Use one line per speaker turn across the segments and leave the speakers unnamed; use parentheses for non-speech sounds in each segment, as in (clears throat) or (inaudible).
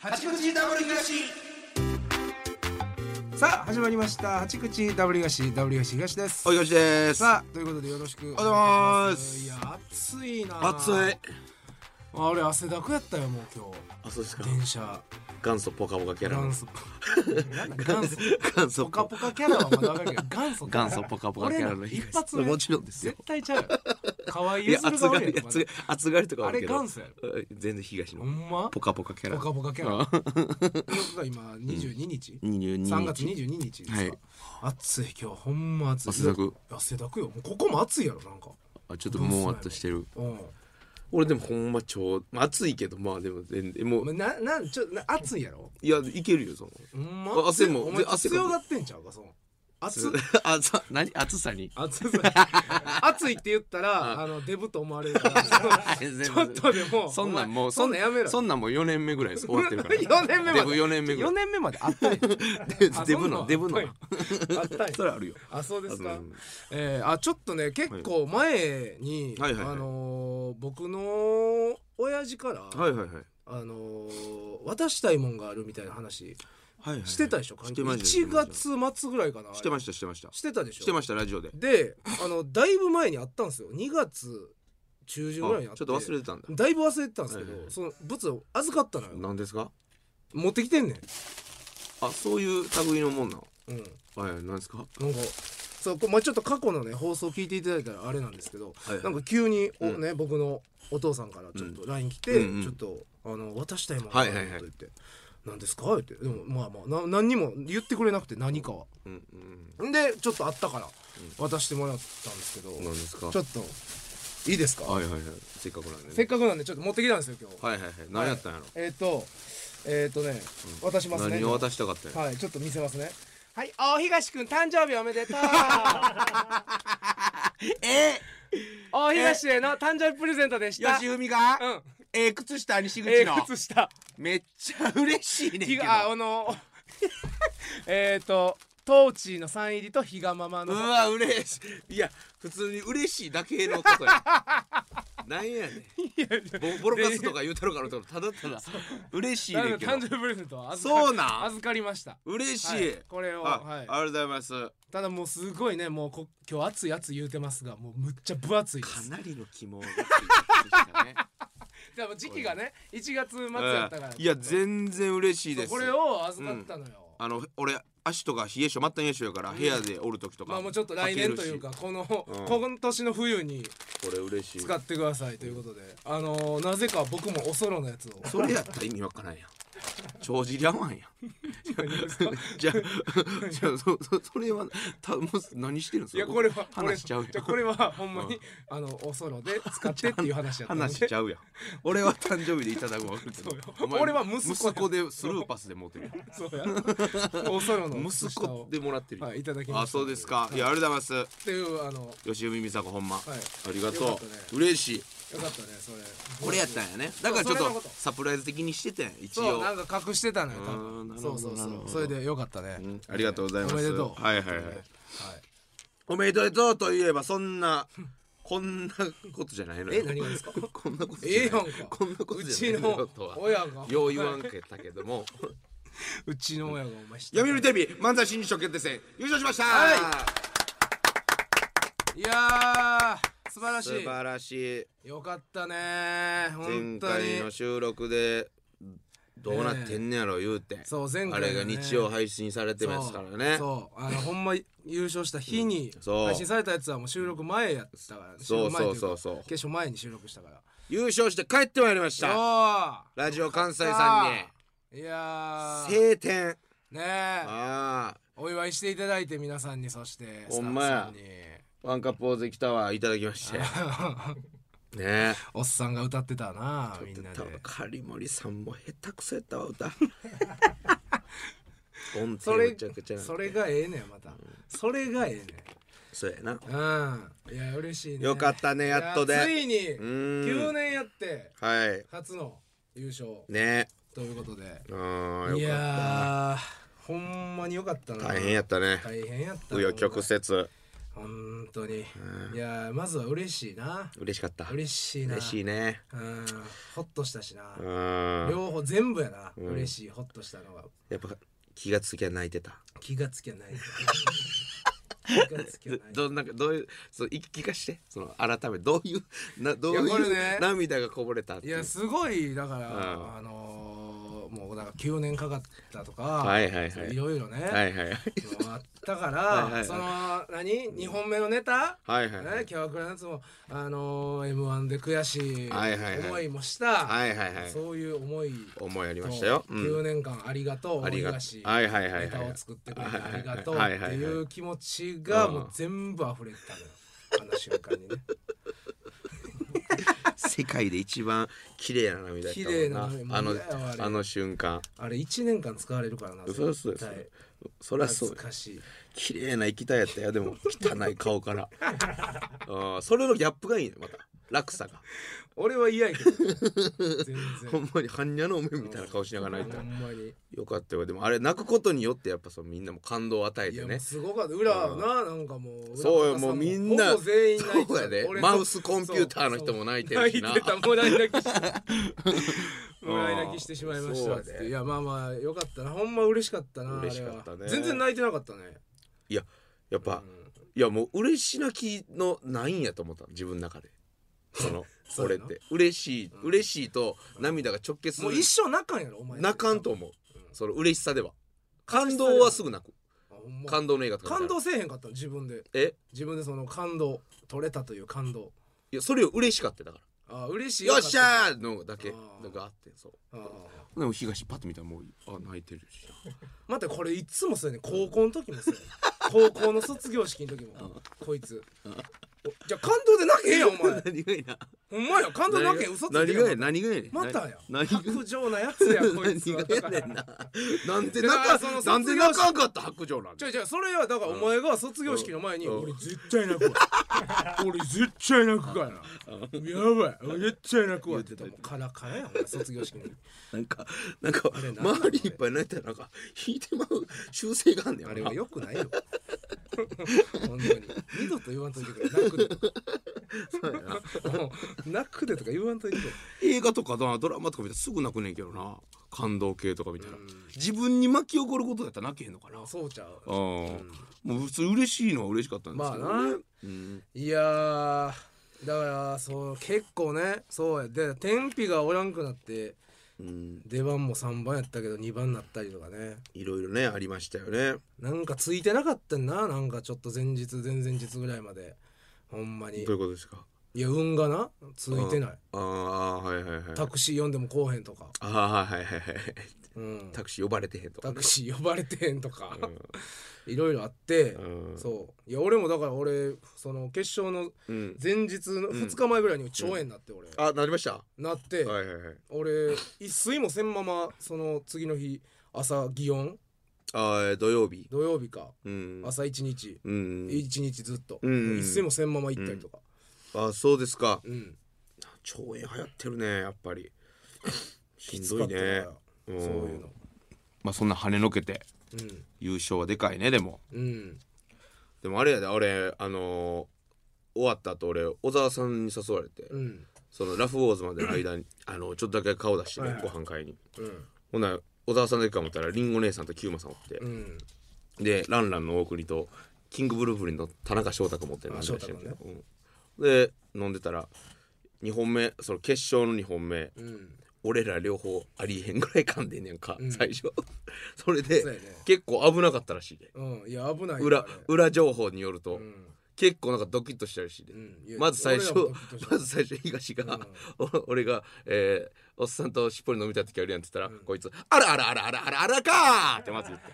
八口ダブル東
さあ始まりました八口ダブリガシダブリガシ東です、
おいよしです
さあということでよろしくお願いしますいや暑いな
暑い
あれ汗だくやったよもう今
あそうですか
日電車
元祖ポカポカキャラ
元
の
祖
(laughs)
なんだ元祖
元祖
ポカポカキャラはまだわ
(laughs)
かるけど元祖
元祖ポカポカキャラの
俺ら
東
一発目
もちろんですよ
絶対ちゃうよ可愛い
いや
譲る
暑
が
が
悪い
り
やん
暑が暑がりとか
あ
はある
れ
けど
元祖やろ
うん全然東
ほ
の
んま
ポカポカキャラ
ポカポカキャラ
ああ
ということは今22日、
22日
3月22日ですか、
はい
暑い今日ほんま暑い
汗だく
汗だくよもうここも暑いやろなんか
あちょっともわっとしてる
うん
俺でもほんま超まあ暑いけどまあでも全然も
お
う
前ななんちょな暑いやろ
いやいけるよその
ほんま
あ汗も
お前
汗かく
強がってんちゃうかその暑
あさ何暑さに
暑
(laughs)
さ暑いって言ったらあのデブと思われる
(laughs)
からちょっとでも
そんなんも
お前
う
そんなんやめろ
そんなんもう4年目ぐらいです終わって
(laughs)
るから
4年目まで
デブ4年目ぐら
4
い
年目まであったんやあ
デブのデブの
そんなんあったんやあったん
そ
や
れあるよ
あそうですか、
うん
えーあちょっとね結構前に、
はいはいはいはい
あのー僕の親父から、
はいはいはい
あのー渡したいもんがあるみたいな話
はいはい
してたでしょ、
し
一
てました
1月末ぐらいかな
してま
し
したしてました
してたでしょ
してましたラジオで
であのだいぶ前にあったんですよ2月中
あち
旬ぐらいにあ
ょ
っ
ってと忘れてたんだ
だいぶ忘れてたんですけど、
はいはい
その物を預かったのよ
何ですか
持ってきてんね
あそういう類のもんなの
んうん
はい何ですか
なんかそうこれまあちょっと過去のね放送聞いていただいたらあれなんですけど、
はいはい
なんか急にお、
うん
ね僕のお父さんからちょっと LINE 来て、
うんうん
ちょっとあの渡したいものがあると
はい
言っ
はい
て、
はい
何ですか?」言ってでもまあまあな何にも言ってくれなくて何かは
うんうん
でちょっとあったから渡してもらったんですけど、
何ですか
ちょっといいですか、
はいはいはいせっかくなんでね
せっかくなんでちょっと持ってきたんですよ今日
はいはいはい何やったんやろ
えっ、とえっ、とね渡しますね
何を渡したかったんや
はいちょっと見せますねはい大東くん誕生日おめでとう
(laughs)
(laughs)
え
大東への誕生日プレゼントでした
ふみが
うん
ええ靴下西
えー、靴下
めっちゃ嬉しいねん
ひがあの (laughs) えっとトーチーのサイン入りとひがママ
う
の
わ嬉しいいや普通に嬉しいだけのこと
(laughs)
やなんやねんボボロカスとか言うたろかなと思ったらただただ嬉しい
な
ね
の
ん
で
け
誕
ど
生日プレゼントは預か
そうなん
預かりました
嬉しい、
はいこれを
あ,、
はい
ありがとうございます
ただもうすごいねもうこ今日暑い暑い言うてますがもうむっちゃ分厚いで
か
す
なりの肝がついてきましたね
でも時期がね1月末
(laughs) うん
やったから
いや全然嬉しいです
これを預かったのよ、
あの俺足とか冷え性末端冷え性やから部屋でおる時とか、
まあもうちょっと来年というかこの、
うん
今年の冬に
履けるしこれ嬉しい
使ってくださいということであのーなぜか僕もおそろのやつを
それやったら意味わからんやん帳尻合わんやん (laughs) じゃあ、じゃあ、そ、そ、それは、た、もう、何してるんです
い
か。
やこれはこれ
話しちゃう
じゃ
やん。
これはほんまに、あのおそろで使ってっていう話やったんで
話しちゃうやん。俺は誕生日でいただくわ。
そうよ
お前
俺は息子や
息子で、スルーパスで持ってるやん。
そうやおそろの (laughs)
息子でもらってるやん。
はいいただきました
あ、そうですか。いや、ありがとうございま
っていうあのよ
す。吉海美佐子、ほんま。
はい
ありが
よか
と
ったね
う。嬉しい。
かったねそれ
これやったんやね。だから、ちょっ
それのこ
と
と、
サプライズ的にしててん、一
そうな
応。
んか隠してたのよ多
あーな
分
る
そ
ほ
う
ど
そう
なる
そ
ほ
う
ど
それでよかったね、
うんありがとうございます。
おめでとう
はい、はい、は
はい
い。おめでとうといえばそんな (laughs) こんなことじゃないのよ
え何がですか
(laughs) こんなことじゃな
ええや
い
んか
こんなこと
う
じ
ち
ゃないの
の
よとは
親が
よう言わんけたけども
うちの親がお前知って
(laughs) 読売テレビ漫才新人賞決定戦優勝しました、
はいいやー素晴らし
素晴らしい
いよかったね本
前
当
回の
に
収録でどうなってんねやろ言うて、
そう前
あ
回
れ
の
が
ね
日曜配信されてますからねそう
そうそうあのほんま優勝した日に
んそう
配信されたやつはもう収録前やったから収
そう
録前といか
そうそう
決勝前に収録したから
優勝して帰ってまいりました
そう
ラジオ関西さんに
いやー
晴天
ねえ
ああ
お祝いしていただいて皆さんにそして
ほんまや
スタッフ
ワンカップ大関タワーいただき
(laughs)
ましてね
さんに
え
おっさんが歌ってたなみんなで
狩森さんも下手くそやったわ
(laughs)
歌音
そ
程
れ
めちゃくちゃな
それがええねんまたそれがええねん
そうやな
うんいや嬉しいね
よかったねやっとで
いやついに
うー
9
ん
年やって
はい
初の優勝
ね
ということで
えあ
い
よか
やーほんまによかった
っ
な
た大変やったね
大変やった
紆余曲折
ほ本当に、
うん
いやーまずは嬉しいな
嬉しかった
嬉しいな
嬉しいね
うんほっとしたしな
う、ん
両方全部やな、
うん
嬉しいほっとしたのが
やっぱ気がつきゃ泣いてた
気がつきゃ
(laughs)
ない気がつきゃない
どどんなどういうその一気化してその改めどういうなどう
いやこ
い
れ
う、
ね
涙がこぼれたって
い
いう
やすごいだから、
うん
あのーもうなんか9年かかったとか、
はいはい
そ
は
う
い
いろいろね、
はいはいはい
もうあったから
はいはい
その何2本目のネタ、
はいはいは
ね
い
キャバクラのやつもあのー、m 1で悔し
はいはいはいい
思いもした、
はいはいはい
そういう思い
思いあり
と
ましたよ、う
9
ん、
年間ありがとう
ありが
大
と
東
うはいはいはいは
ネ
い
タ
はい
を作ってくれ (laughs) てありがとうっ
は
て
いはいはい
いう気持ちが
うん
もう全部溢れてたのよあの瞬間
(laughs)
にね
世界で一番綺麗な涙やったもん
綺麗な涙
あの
もう嫌やわあれ
あの瞬間
あれ1年間使われるからな
そうそうそう
絶
そり
対
ゃそうよ
懐かしい
綺麗な液体やったよでも汚い顔から
(laughs)
うんそれのギャップがいいねまた落差が
俺は嫌や
(laughs)
けど全然
ほんまに般若のお面みたいな顔しながら泣いた
ほんまに
よかったよでもあれ泣くことによってやっぱそのみんなも感動を与え
い
て
やも
ね
うすごかった裏はななんかもう
そうよ
裏方さ
もうみんな
ほぼ全員泣いて
そうやでマウスコンピューターの人も泣いてるしな
泣いてたもらい泣きしてもらい泣きしてしまいまし
そ
た
うや
っ
で
つっていやまあまあよかったなほんま嬉しかったな
嬉しかった
あ
ね
れは全然泣いてなかったね
やっぱ、いやもう嬉し泣きのないんやと思った自分の中でその
(laughs) そう
俺
や
っ
な
て嬉しい、
うん
嬉しいと涙が直結す
も
る
う一生泣かんやろお前
泣かんと思う
うん
その嬉しさでは感動はすぐ泣く
あほんま
感動の映画とか見
感
たら
動せえへんかったの自分で
え
自分でその感動取れたという感動
いやそれより嬉しかっただから
あ嬉しい
よっしゃ
ー
ーのだけ
あー
なんかあってそ
あ
うでも東パッと見たらもうあ泣いてるし
またこれいつもそうやね高校の時もそうや
(laughs)
ね高校の卒業式の時もこいつおじゃあ感動で泣けへんやんお前
(laughs) 何がいな
ほんまや感動で泣けへん嘘ついて
何
る
が
や
や
ん
何がやねん
またや
何が
白状なやつやこいつは
何がやね
(laughs)
んななんで泣
だからその卒業
か
式
なんで泣かんかった白状なん
じ
で
ゃじゃそれはだからお前が卒業式の前に
うん
俺絶対泣くわ俺絶対泣くからやばい俺絶対泣くわって言ったらもうカラカラやんお前卒業式に
なんかなんか
あれな
周りいっぱい泣いたらなんか引いてまう習性があんねん
あれは良くない
(laughs)
よ本当に二度と言わんといてくれ泣くで
そうやな
もう泣くでとか言わんといてくれ
映画とかなドラマとか見たらすぐ泣くねんけどな感動系とか見たら自分に巻き起こることだったら泣けへんのかな
あそうちゃう
あーもう普通嬉しいのは嬉しかったんですけどね、
まあな
うん
いやーだからそう結構ねそうやで天日がおらんくなって
うん、
出番も3番やったけど2番になったりとかね
いろいろねありましたよね
なんかついてなかったんななんかちょっと前日前々日ぐらいまでほんまに
どういうことですか
いや運がなついてない
ああはいはいはい
タクシー呼んでもこうへんとか、
あーはいはいはいはい
うん、
タクシー呼ばれてへんとか
タクシー呼ばれてへんとか
うん
いろいろあって、
うん
そういや俺もだから俺その決勝の
うん
前日の2日前ぐらいに腸炎になって俺、
あなりましたは
なって、
いはいはい
俺一睡もせんままその次の日朝祇園
あー土曜日
土曜日か
うん
朝一日
うん
一日ずっと、
うん
一睡もせんまま行ったりとか、
あそうですか
うん
腸炎流行ってるねやっぱりし
(laughs) き
ん
つ
ど
か
い
った
ね
から
そう
そういうの
まあそんな跳ねのけて
うん
優勝はでかいねでも
うん
でもあれやで俺あのー終わった後俺小沢さんに誘われて、
うん
そのラフウォーズまでの間にあのちょっとだけ顔出して、ね
はい
ご飯買いに
うん
ほんなら小沢さんだけか思ったらりんご姉さんとキューマさんおって
う、ん
でランランの大国とキングブルーブリンの田中翔太君持って飲ん
あ
で
翔
らっし
太
ゃる
君
ん
ね
ですようんで飲んでたら2本目その決勝の2本目
うん
俺ら両方ありえへんぐらい噛んでんねんか、
うん
最初 (laughs) それで
そうやね
結構危なかったらしいで
うんいや危ないよ
裏
あれ
裏情報によると、
うん
結構なんかドキッとしたらしいで、
うんいや
まず最初
俺らもドキッとした
(laughs) まず最初東が、お俺が、えーおっさんとしっぽり飲みたい時あるやん」って言ったら、こいつ「あらあらあらあらあらあらかー!」ってまず言って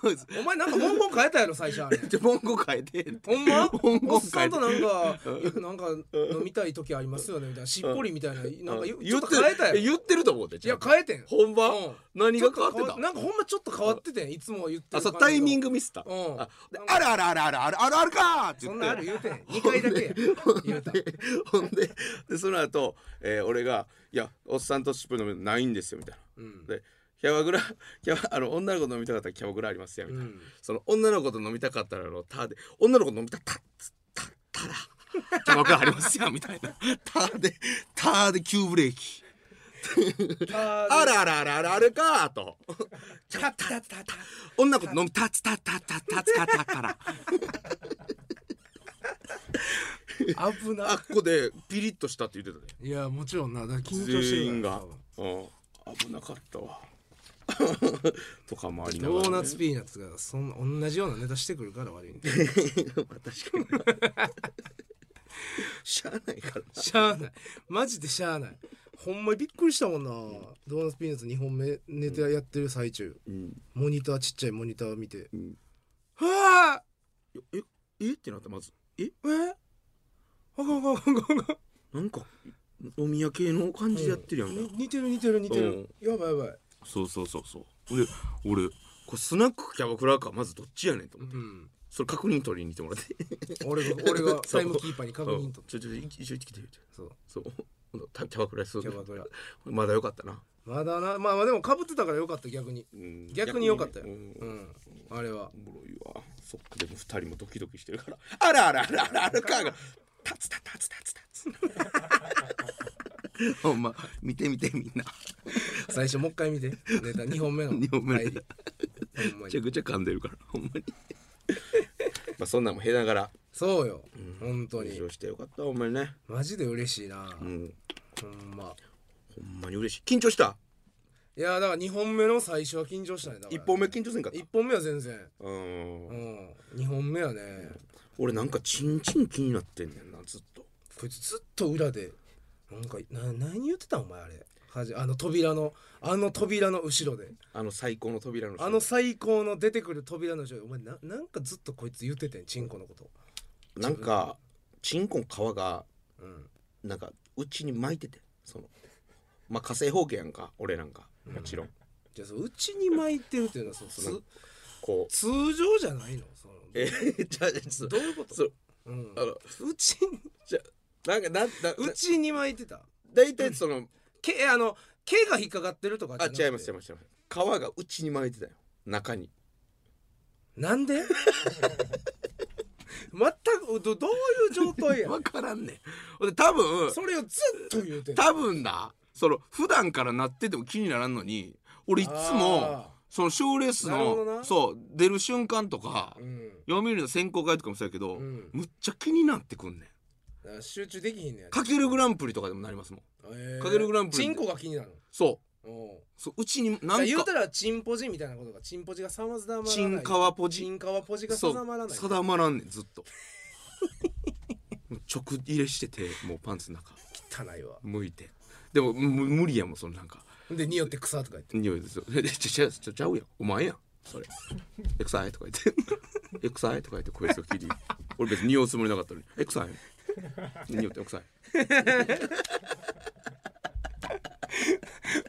こいつ
お前なんか文言変えたやろ最初あ
(laughs)
れ
じゃあ文語変えてん
ほんま
本
お
語
っさ
変え
ん
て
となんかなんか飲みたい時ありますよねみたいなしっぽりみたいななんか
う
言
ん
ちょっと変えたやろ
言ってる言ってると思うで
いや変えてん
ほんま、
うん
何
ちょ
が
っ
変
と
わってた
なんかほんまちょっと変わっててんいつも言って
あ
る
そうタイミン
グ
グミスった、
うん
あであらあらあらあらあらあらあるかーって言
そ
って
んなある言うてん2回だ
(laughs)
けや言うた
で (laughs) ほんででその後、えー俺が「いやおっさんとシップのないんですよ」みたいな。
うん
でキャバクラキャバあの女の子と飲みたかったらキャバクラありますよみたいな、
ん、
その女の子と飲みたかったらの「た」で女の子と飲みたたたたら (laughs) キャバクラありますよみたいな「た」で「た」で急ブレーキあ
あ
らあらあらあらあれかと
たたたたた
女の子と飲みたつたたたたつかたから
危
あ
な
っこでピリッとしたって言ってたね
いやもちろんなだから緊張して
全員
るから
が、うん、危なかった (laughs) わとかもありなが
ド
ら、ね、
ーナツピーナッツがそんな同じようなネタしてくるから悪いね
まあ確かにな (laughs) しゃあないからな
しゃあないマジでしゃあないほんまびっくりしたもんな、ドーナツピーナッツ2本目ネタやってる最中、
うん
モニターちっちゃいモニター見て
うん
はあ
ええってなったまずえ
えあかんあかんあかんあかんあかん
なんかお宮系の感じでやってるやんか、
に似てる似てる似てる、やばいやばい
そうそうそうそうで俺これスナックキャバクラかまずどっちやねんと
う
思って
ん
それ確認取りに行ってもらって
俺が俺
(laughs)
がタ
そう
イムキーパーに確認と
うんちょちょ一緒に来て言うて
そう
そう (laughs) ほんとたキャバクラそう
キャバクラ
まだよかったな、
まだなまあまあでもかぶってたからよかった逆に
うん
逆によかったよ、
逆
う
にねうん
ん、あれは
おもろいわそっかでも二人もドキドキしてるから (laughs) あらあらあらあらあらかが立つ立つ立つ立つ (laughs) ほんま見て見てみんな
最初もう一回見てネタ2本目の
(laughs) 二本目の
入りほんま
め
に
ちゃくちゃ噛んでるからほんまに (laughs) まあそんなんもへながら
そうよ、本当
優
に
勝してよかったほんまにね
マジで嬉しいな、
うん
ほんま
ほんまに嬉しい緊張した
いやだから2本目の最初は緊張したねだから
一本目緊張せんかった
1本目は全然
う
うんん2本目はね
俺なんかチンチン気になってんねんなずっと
こいつずっと裏でなんかな何言ってたんお前あれはじあの扉のあの扉の後ろで
あの最高の扉の
あの最高の出てくる扉の後ろでお前ななんかずっとこいつ言っててんチンコのこと
なんかチンコの皮が
うん
なんかうちに巻いててそのまあ火星放棄やんか俺なんかもちろん、
じゃあそううちに巻いてるっていうのはそう
な
つ
んかこう
通常じゃないのその
えじゃあちょっ
ど
と
ういうこと
そう
うん
あの
うちに
じゃあなんかなんだ
うちに巻いてた
大体その、
毛あの毛が引っかかってるとかじ
あ
ゃなくて
違います違います違います皮がうちに巻いてたよ中に
なん (laughs) で全くどどういう状態や
分からんねんほんで多分
それをずっと言うてんの
多分だその普段からなってても気にならんのに俺いつも
あ
その賞レース
なるほど
の
な
そう出る瞬間とか
ーうん
読売の選考会とかもそうやけど、
うん
むっちゃ気になってくんねん
だから集中できひんねや
かけるグランプリとかでもなりますもん
えー
かけるグランプリ
チンコが気になる
そう
のおう
そううちに
だ
な
から言
ん
うた
から
チンポジみたいなことがチンポジがさまざまな
チンカワポ
チ
ジ
ンカワポジが
そう
定まらない
定まらんねんずっと (laughs) もう直入れしててもうパンツの中
汚いわ
向いてでもむ無理やもんそのなんか
で匂って草とか言って
匂いですよ。で、ちゃちゃちゃうやん。お前やん。それ。 (laughs) エクサイとか言って。エ (laughs) クサイとか言って声を切り。俺別に匂うつもりなかったのに。エクサイ。匂ってエクサイ。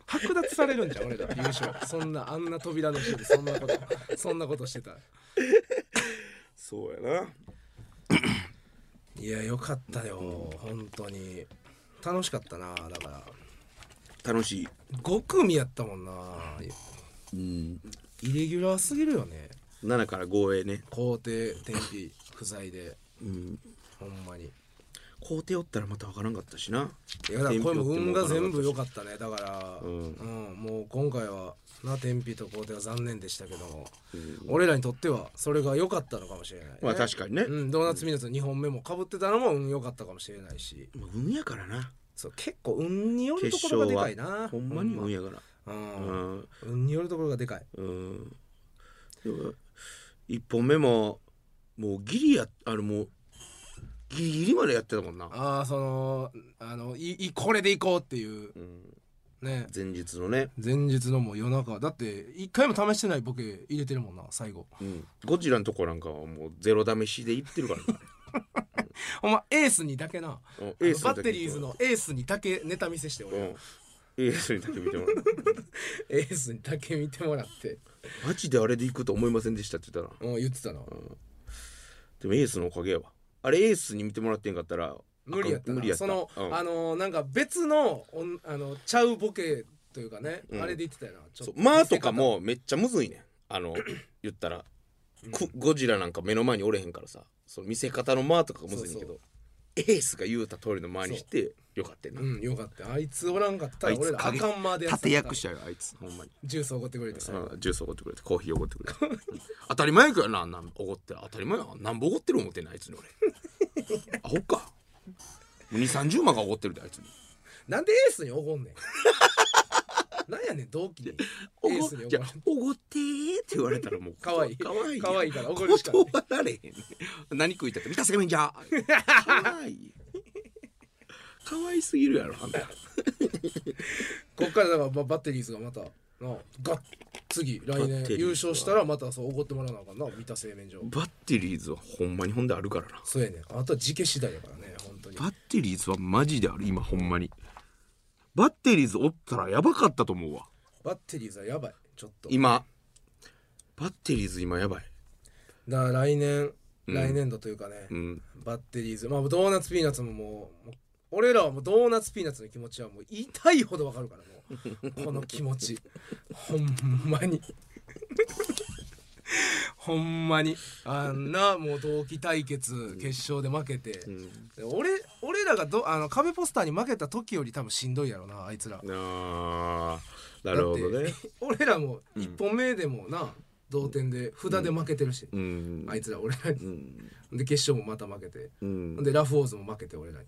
剥奪されるんじゃん (laughs) 俺ら優勝そんなあんな扉の下でそんな (laughs) ことそんなことしてたら
そうやな。
いやよかったよ本当に楽しかったなだから
楽しい。
5組やったもんな
うん。
イレギュラーすぎるよね
7から5へね。
皇帝天日不在で
うん。
ほんまに
校庭おったらまたわからんかったしな。
いやだからこれも運が全部良
か
かったねだから
う
うんん、もう今回はな天日と皇帝は残念でしたけども、
うん
俺らにとってはそれが良かったのかもしれない、ね
まあ確かにね。
うん、ドーナツミナツの2本目もかぶってたのも運良かったかもしれないし
まあ運やからな。
そう結構運によると
決
ころが
勝
で
は
かいな
ほんまに
う、
運やから。うんん。
運によるところがでかい
うん。でも1本目ももうギリやあのもうギリギリまでやってたもんな。
ああそのあのいいこれでいこうっていう
うん
ね
前日のね、
前日のもう夜中だって一回も試してないボケ入れてるもんな最後
ゴジラのとこなんかはもうゼロ試しで行って
(laughs)
るからね
お前エースにだけな
う
あ
ん
の
エースにだけ
バッテリーズのエースにだけネタ見せして
あれ
俺、
うんエースにだけ見ても
(laughs)
らう
エースにだけ見てもらって
マジであれで行くと思いませんでしたって言ったら
もう言ってたな
でもエースのおかげやわあれエースに見てもらってんかったら
無理やったな
無理やった
その、
うん
あのなんか別のおんあのちゃうボケというかね、
うん
あれで言ってたよなちょっ
そ
と
うまあとかもめっちゃむずいねん
(clears throat)
あの言ったら、くゴジラなんか目の前におれへんからさその見せ方のまあとかがむずいねんけどエースが言うた通りの間にしてよかったよな、
うんよかったあいつおらんかったら俺らあかんまでやってた
盾役者よあいつほんまに
ジュースおごってくれてさ、
うんジュースおごってくれてコーヒーおごってくれて
(laughs)
うん当たり前やけどなあんなんおごって当たり前やなんぼおごってる思ってんのあいつに
(laughs)
俺アホか2三3 0万がおごってるであいつに
なんでエースにお
(laughs)
ごんねんなんやねん同期にエ
お
ー
ご
スにお
じ
ご
ゃ
る
あおごってーって言われたら
(laughs)
もう
かわいい
かわいい
かわいいからおごるしかない
断られへんね何食いたって見たすけめんじゃかわいいかわいすぎるやろあんた
こっからだからババッテリーズがまたなあが次来
バッ
年
テリーズは
優勝したらまたそうおごってもらわなあかんな見た製麺所
バッテリーズはほんまにほんであるからな
そうやねんあとは時期次第やからね本当に
バッテリーズはマジである今ほんまにバッテリーズおったらやばかったと思うわ
バッテリーズはやばいちょっと
今バッテリーズ今やばい
だから来年来年度というかね、
うん
バッテリーズまあドーナツピーナッツももうもう俺らはもうドーナツピーナッツの気持ちはもう痛いほどわかるからもう
(laughs)
この気持ちほんまに (laughs) ほんまにあんなもう同期対決決勝で負けて、で俺俺らがどあの壁ポスターに負けた時より多分しんどいやろなあいつら
あーなるほど
だっ
ね
て (laughs) 俺らも1本目でもな、同点で札で負けてるし、
うん
あいつら俺らに、で決勝もまた負けて、
うん
でラフォーズも負けて俺らに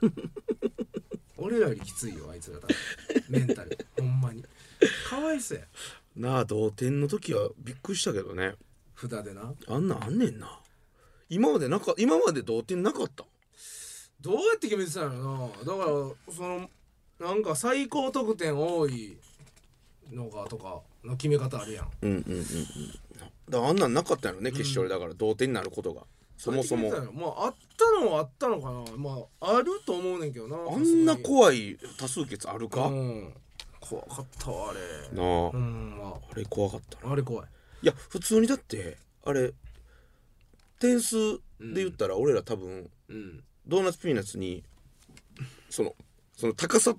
(laughs) 俺らよりきついよあいつら多分メンタルほんまにかわいそうや
なあ同点の時はびっくりしたけどね
札でな
あんなんあんねんな今までなか今まで同点なかった
どうやって決めてたのやろなだからそのなんか最高得点多いのがとかの決め方あるやん
うんうんうんうんだからあんなんなかったよね決勝でだから同点になることがそもそも
どうやって決めてたんやろまああったのはあったのかなまああると思うねんけどな
あんな
子
怖い多数決あるか、
うん怖かったわあれ
なあ、
うんま
あれ怖かったな
ああれ怖い
いや普通にだってあれ点数で言ったら俺ら多分
うん
ドーナツピーナッツにそのその高さ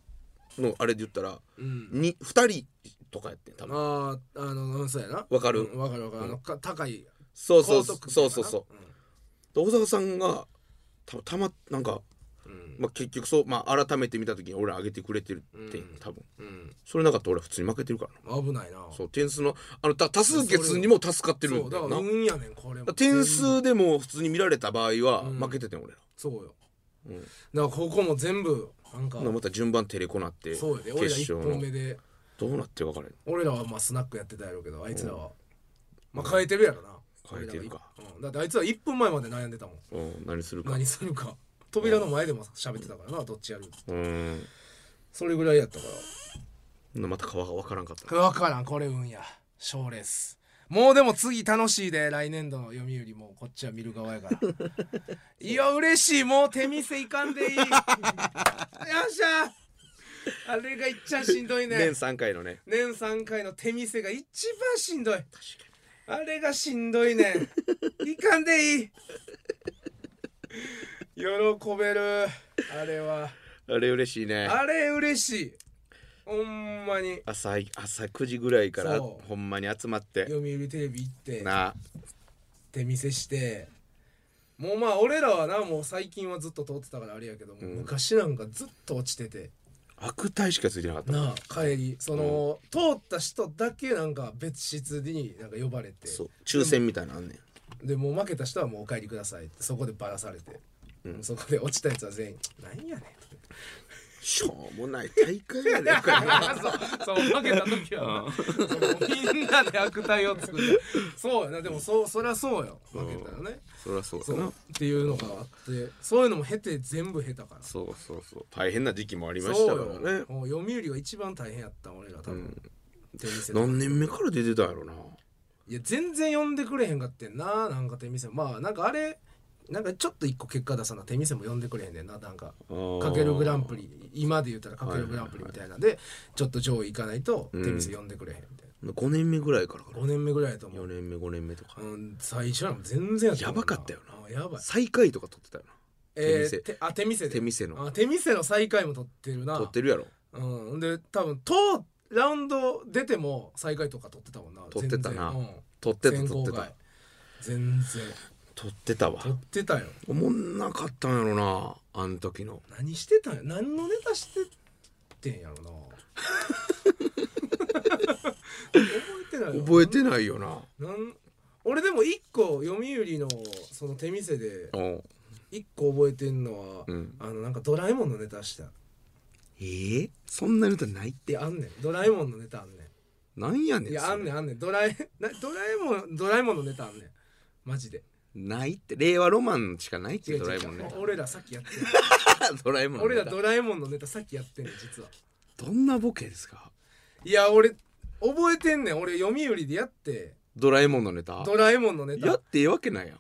のあれで言ったら
うん
に2人とかやってん多分
あああのうんそうやな
わかる
うんわかるわかる、あのか高い
そう
高
そうそ
得
う
点
そうそうそうで大阪さんがたたまなんか、
う
まあ、結局そう、まあ、改めて見た時に俺ら上げてくれてるって、
うん
多分
うん、
それなかったら俺普通に負けてるからな
うん、危ないなそ
そう点数のあのた多数決にも助かってる
うん
だ
だか
よ
ら
な
運やねんこれも
点数でも普通に見られた場合は
うん
負けててん俺ら、
そうよ、
うん
だからここも全部なんか
ほんならまた順番テレコなって決
そうやで俺ら
勝
1
の
本目で
どうなってるか分からへ
俺らはまあスナックやってたやろうけどあいつらは、まあ変えてるやろな
変えてるか
俺らはうん、だってあいつら1分前まで悩んでたもん
ん、うん、何するか
何するか扉の前でも喋ってたからなどっちやる
うん
それぐらいやったから
ほんならまた顔が分からんかった
わからんこれ運や賞レースもうでも次楽しいで来年度の読売もこっちは見る側やから (laughs) いや嬉しいもう手見せいかんでいいよっしゃあれがいっちゃしんどいね
年3回のね
年3回の手見せが一番しんどいあれがしんどいねんいかんでいい喜べるあれは
あれ嬉しいね
あれ嬉しいほんまに
朝い朝9時ぐらいから
そう
ほんまに集まって
読売テレビ行って
なあ
手見せしてもうまあ俺らはなもう最近はずっと通ってたからあれやけども、昔なんかずっと落ちてて
悪態しかついてなかった
なあ帰りその、通った人だけなんか別室になんか呼ばれて
そう抽選みたいなのあんねん
でもう負けた人はもうお帰りくださいってそこでバラされて、そこで落ちたやつは全員「なんやねん」
しょうもない大会やで
(laughs) (laughs) そうそう負けた時はなそうみんなで悪態を作ってそうやなでもそうそりゃそうよ負けたらね、
(laughs) そりゃそうだ
そう
な
っていうのがあってそういうのも経て全部経たから
そうそうそう大変な時期もありましたからね
そうよもう読売が一番大変やった俺ら多分、手見せとか
何年目から出てたんやろない
や全然呼んでくれへんかってんななんか手見せまあなんかあれなんかちょっと一個結果出さな手見せも呼んでくれへんねんななんか
あー
かけるグランプリ今で言ったらかけるグランプリみたいなんで、ちょっと上位行かないと手見せ呼んでくれへんみたい
5年目ぐらいからか
な、
な
5年目ぐらいやと思
4
う、
年目5年目とか
うん、最初はもう全然やもん
やばかったよな
あやばい
最下位とか取ってたよな
え
手見せ
ー、てあ手見せで
手見せの
あ手見せの最下位も取ってるな
取ってるやろ
うん、で多分当ラウンド出ても最下位とか取ってたもんな
取ってたな取って
全
た
然うん、
取っ
選考
てた
外全然
取ってたわ
取ってたよ
おもんなかったんやろなあの時の
何してたんや何のネタしてってんやろな覚えてないわ
覚えてないよな
なん俺でも一個読売のその手店で
うん
一個覚えてんのは、
うん
あのなんかドラえもんのネタした
えー、そんなネタないって
であんねんドラえもんのネタあんね
なんやね
ん
ん
いや
そ
あ
れ
んねんあんねんドラえなドラえもんドラえもんのネタあんねんマジで
ないって令和ロマンしかないって
違う違う
ドラえもんね
俺らさっきやってん
(laughs) ドラえもんの
俺
ネ
ら
タ
ドラえもんのネタさっきやってんねん実は
どんなボケですか
いや俺覚えてんねん俺読売でやって
ドラえもんのネタ
ドラえもんのネ
や
タ
ってええわけないやん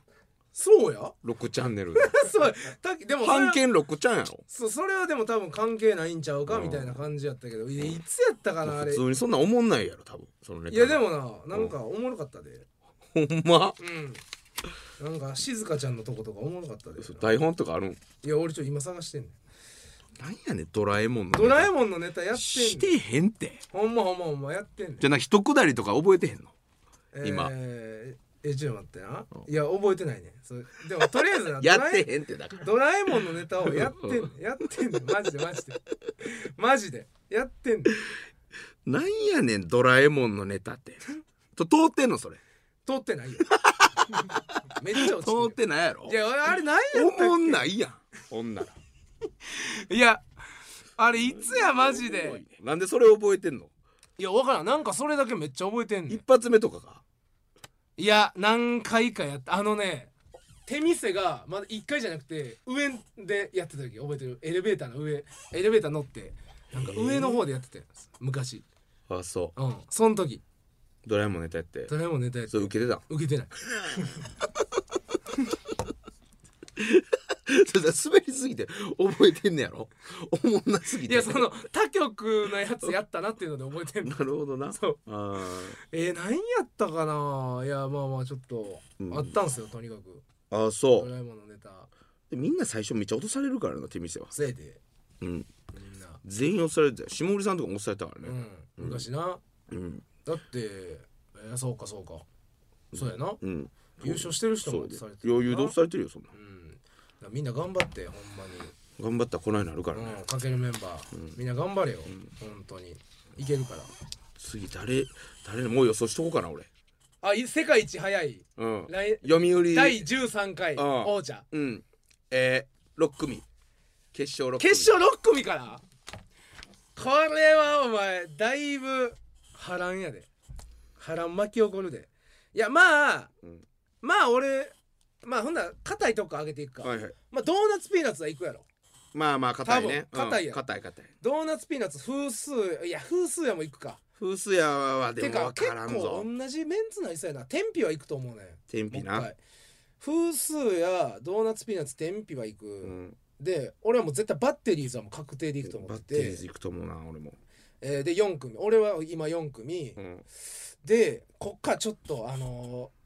そう
(laughs)
や
6チャンネルで
(laughs) そうたでもそれは
半券6ちゃんやろ
そうそれはでも多分関係ないんちゃうか
うん
みたいな感じやったけどいやいつやったかなあ
普
れ
通
い
にそんなん思んないやろ多分そのネタが
やでもななんかおもろかったで
ほんま
うんなんか静香ちゃんのとことかおもろかったで
そう台本とかあるん
いや俺ちょっと今探してんねん
なんやねんドラえもんのネタ
ドラえもんのネタやってん
し
ねん
てへんって
ほんまほんまほんまやってんねん
じゃあなんか一くだりとか覚えてへんの今
えーえちょっと待ってないや覚えてないねんそれでもとりあえずな
(laughs) や
ドラ
って
え
へんってだから
ドラえもんのネタをやってんねんやってんねんマジでマジでマジでやってんねん
なんやねんドラえもんのネタってと通ってんのそれ
通ってないよめっちゃ落ちて
通
る
ってないやろ
いや俺あれ何やった
おもんないやん女ら
いやあれいつやマジで
なんでそれ覚えてんの
いやわからんなんかそれだけめっちゃ覚えてんねん
一発目とかか
いや何回かやったあのね手店がまだ1回じゃなくて上でやってた時覚えてるエレベーターの上エレベーター乗ってなんか上の方でやってたよ昔
あそ
うんその時
うドラえもんネタやって
ドラえもんネタやって
それ受けてた (laughs)
受けてない
それ滑りすぎて覚えてんねやろ (laughs) おもんなすぎ
い
て
やその他局のやつやったなっていうので覚えてんの (laughs)
なるほどな
そう
あー
えー、何やったかないやまあまあちょっと、
うん
あったんすよとにかく
あーそ
ド
う
ラえもんのネタ
でみんな最初めっちゃ落とされるからな手店は
せいで
うん
みんな
全員落とされてたよ下森さんとかも落とされたから
う
ね
ん昔な
うん
だってえーそうかそうかそうやな
うん
優勝してる人
そ
も
うで
されてる
余裕で落とさ
れ
れてるよそんな
うんだからみんな頑張ってほんま
頑張ったらこないなるから
に、
ね
うん、かけるメンバー、みんな頑張れよ、本当にいけるから
次誰誰のもう予想しとこうかな俺
あい世界一早い
うん
来
読売
第13回
うん
王者
うんえー、6組決勝6組
決勝6組からこれはお前だいぶ波乱やで波乱巻き起こるでいやまあ、
うん
まあ俺まあほんなら硬いとこ上げていくか、
はいはい
まあドーナツピーナッツはいくやろ
まあまあ硬いね
多分硬いや
うん硬い硬い
ドーナツピーナッツ風数いや風数やもいくか
風水屋はで
て
も
か
分
結
からん
構
ぞ
同じメンツなりそうやな天日はいくと思うね
天
もう
日
一
な
回風数やドーナツピーナッツ天日はいく、
うん
で俺はもう絶対バッテリーズはもう確定でいくと思
バ
っ
ッ
て
テリー
て
ズいくと思うな俺も
えーで4組俺は今4組、
うん
でこっからちょっとあのー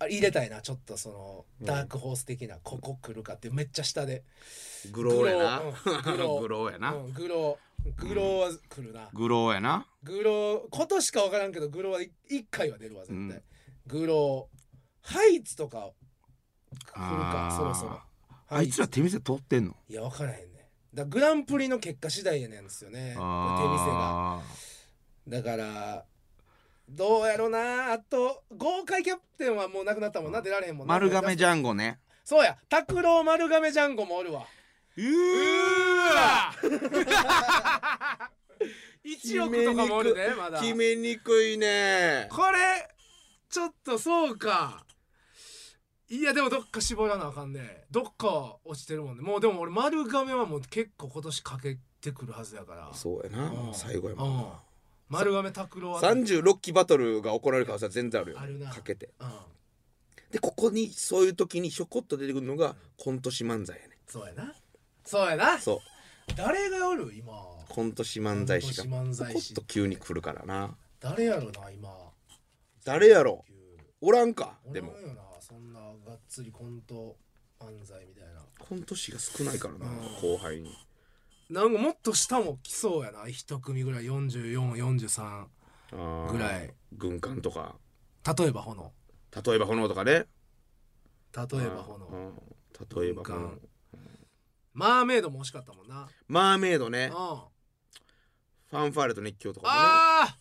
あ入れたいなちょっとその
うん
ダークホース的な、ここ来るかってめっちゃ下で、
グローやな
グローうん
(laughs) グローや
う、
なん
グローグローは来るな、
グローやな
グローことしか分からんけどグローは1回は出るわ絶対、
うん
グローハイツとか来るか
あー
そろそろ
あいつら
ハイツ
手店通ってんの
いや分からへんねだからグランプリの結果次第やねんですよね手店が。
あ
だからどうやろなあと豪快キャプテンはもうなくなったもんな出られへんも
ー
んな
丸亀ジャンゴね
そうや拓郎丸亀ジャンゴもおる (laughs) わ
うーわ
1億とかもおるでまだこ
決
れ
めにくいね
ちょっとそうかいやでもどっか絞らなあかんねどっか落ちてるもんねもうでも俺丸亀はもう結構今年かけてくるはずやから
そうやな
うん
最後や
う
もん
ん丸亀拓郎は
36期バトルが行われる可能性は全然あるよ
あるな
かけて
うん
でここにそういう時にひょこっと出てくるのがコント師漫才やね
そうやなそうやな
そう
誰がおる今
コント師漫才師が
コント師漫才
ひょこ
師
っと急に来るからな
誰やろな今
誰やろおらんか
俺
で
も
も
よなそんながっつりコント漫才みたいな
コント師が少ないからな
うん
後輩に
なんかもっと下も来そうやな一組ぐらい4443
あー
ぐらい
軍艦とか
例えば炎
例えば炎とかね
例えば炎
うん例え
軍
ば炎
艦マーメイドも惜しかったもんな
マーメイドね
うんあ
ファンファーレと熱狂とか
あ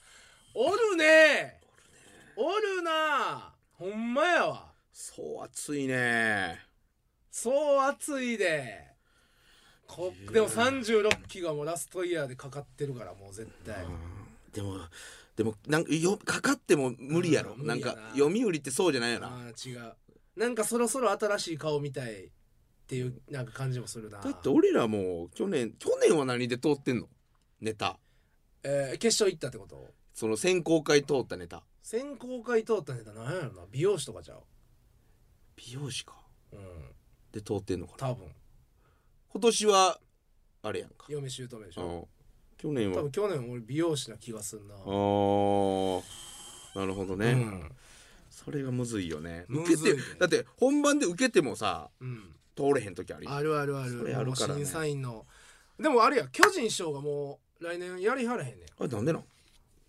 ーおるねおるなほんまやわ
もねそう熱いね
そう暑いでこ
いや
でも36期がもうラストイヤーでかかってるからもう絶対
うんでもでもなんかよかかっても無理やろ、
うん無
なん
理やな
か読売ってそうじゃないよな、
あー違うなんかそろそろ新しい顔みたいっていうなんか感じもするな
だって俺らもう去年去年は何で通ってんのネタ
えー決勝行ったってこと
その選考会通ったネタ
選考会通ったネタなんやろな美容師とかじゃう
美容師か
うん
で通ってんのかな
多分
今年はあれやんか
嫁姑でし
う
ょ
ん去年
多
は
分去年俺美容師な気がすんな
あーなるほどね、
うん、
それがむずいよね
む
受け
ずいね
てだって本番で受けてもさ
うん、
通れへん時あるよ
あるあるあ
そ
る
れある
もう
からね
審査員のでもあれや巨人師匠がもう来年やりはらへんね
あれなんでなん
ん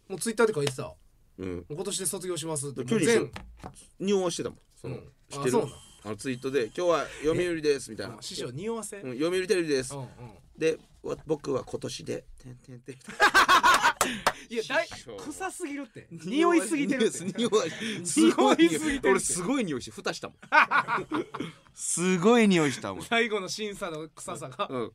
もうツイッターで書いてた
うん
今年で卒業しますって
巨人師
全
匠匂わしてたもんその、
うん
知っ
あ
て
そう
る
なん
あのツイートで「今日は読売です」みたいな
あ師匠匂わせ、
うん読売テレビです」
うんうん
でわ僕は今年でてんてんてん
いやだい
師匠
臭すぎるって (laughs) 匂いすぎてるって
(laughs) 匂い
匂いすぎてるって
俺すごい匂いして
(laughs)
蓋したもん (laughs) すごい匂いしたもん、
最後の審査の臭さが、
うん、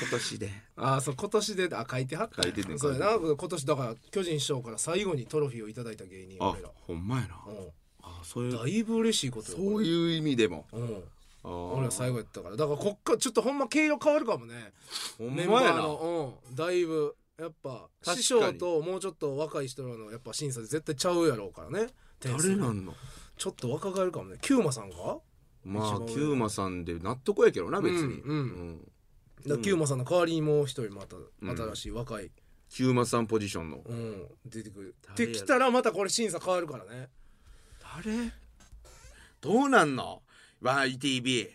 今年で
ああそう今年であ書いてはったんや
書いてんねん
そうやな今年だから巨人師匠から最後にトロフィーをいただいた芸人
あ
俺ら
ほんまやな
う
あそうい
ん
う
だいぶ嬉しいことよ
そういう意味でも
これうん
あ
俺ら
ー
最後やったからだからこっからちょっとほんま毛色変わるかもね
ほん
メン
ま
バ
や
ー
な
のうんだいぶやっぱ
確か
師
に
匠ともうちょっと若い人らのやっぱ審査で絶対ちゃうやろうからね点数
誰なんの
ちょっと若返るかもねキューマさんが一
まあ
番上
キューマさんで納得やけどな別に、
うんうん
うん
だからキューマさんの代わりにもう一人また
ん
新しい若い、
キューマさんポジションの
うん出てくるっ
誰や
て
ろ
きたらまたこれ審査変わるからね
誰どうなんの ?YTB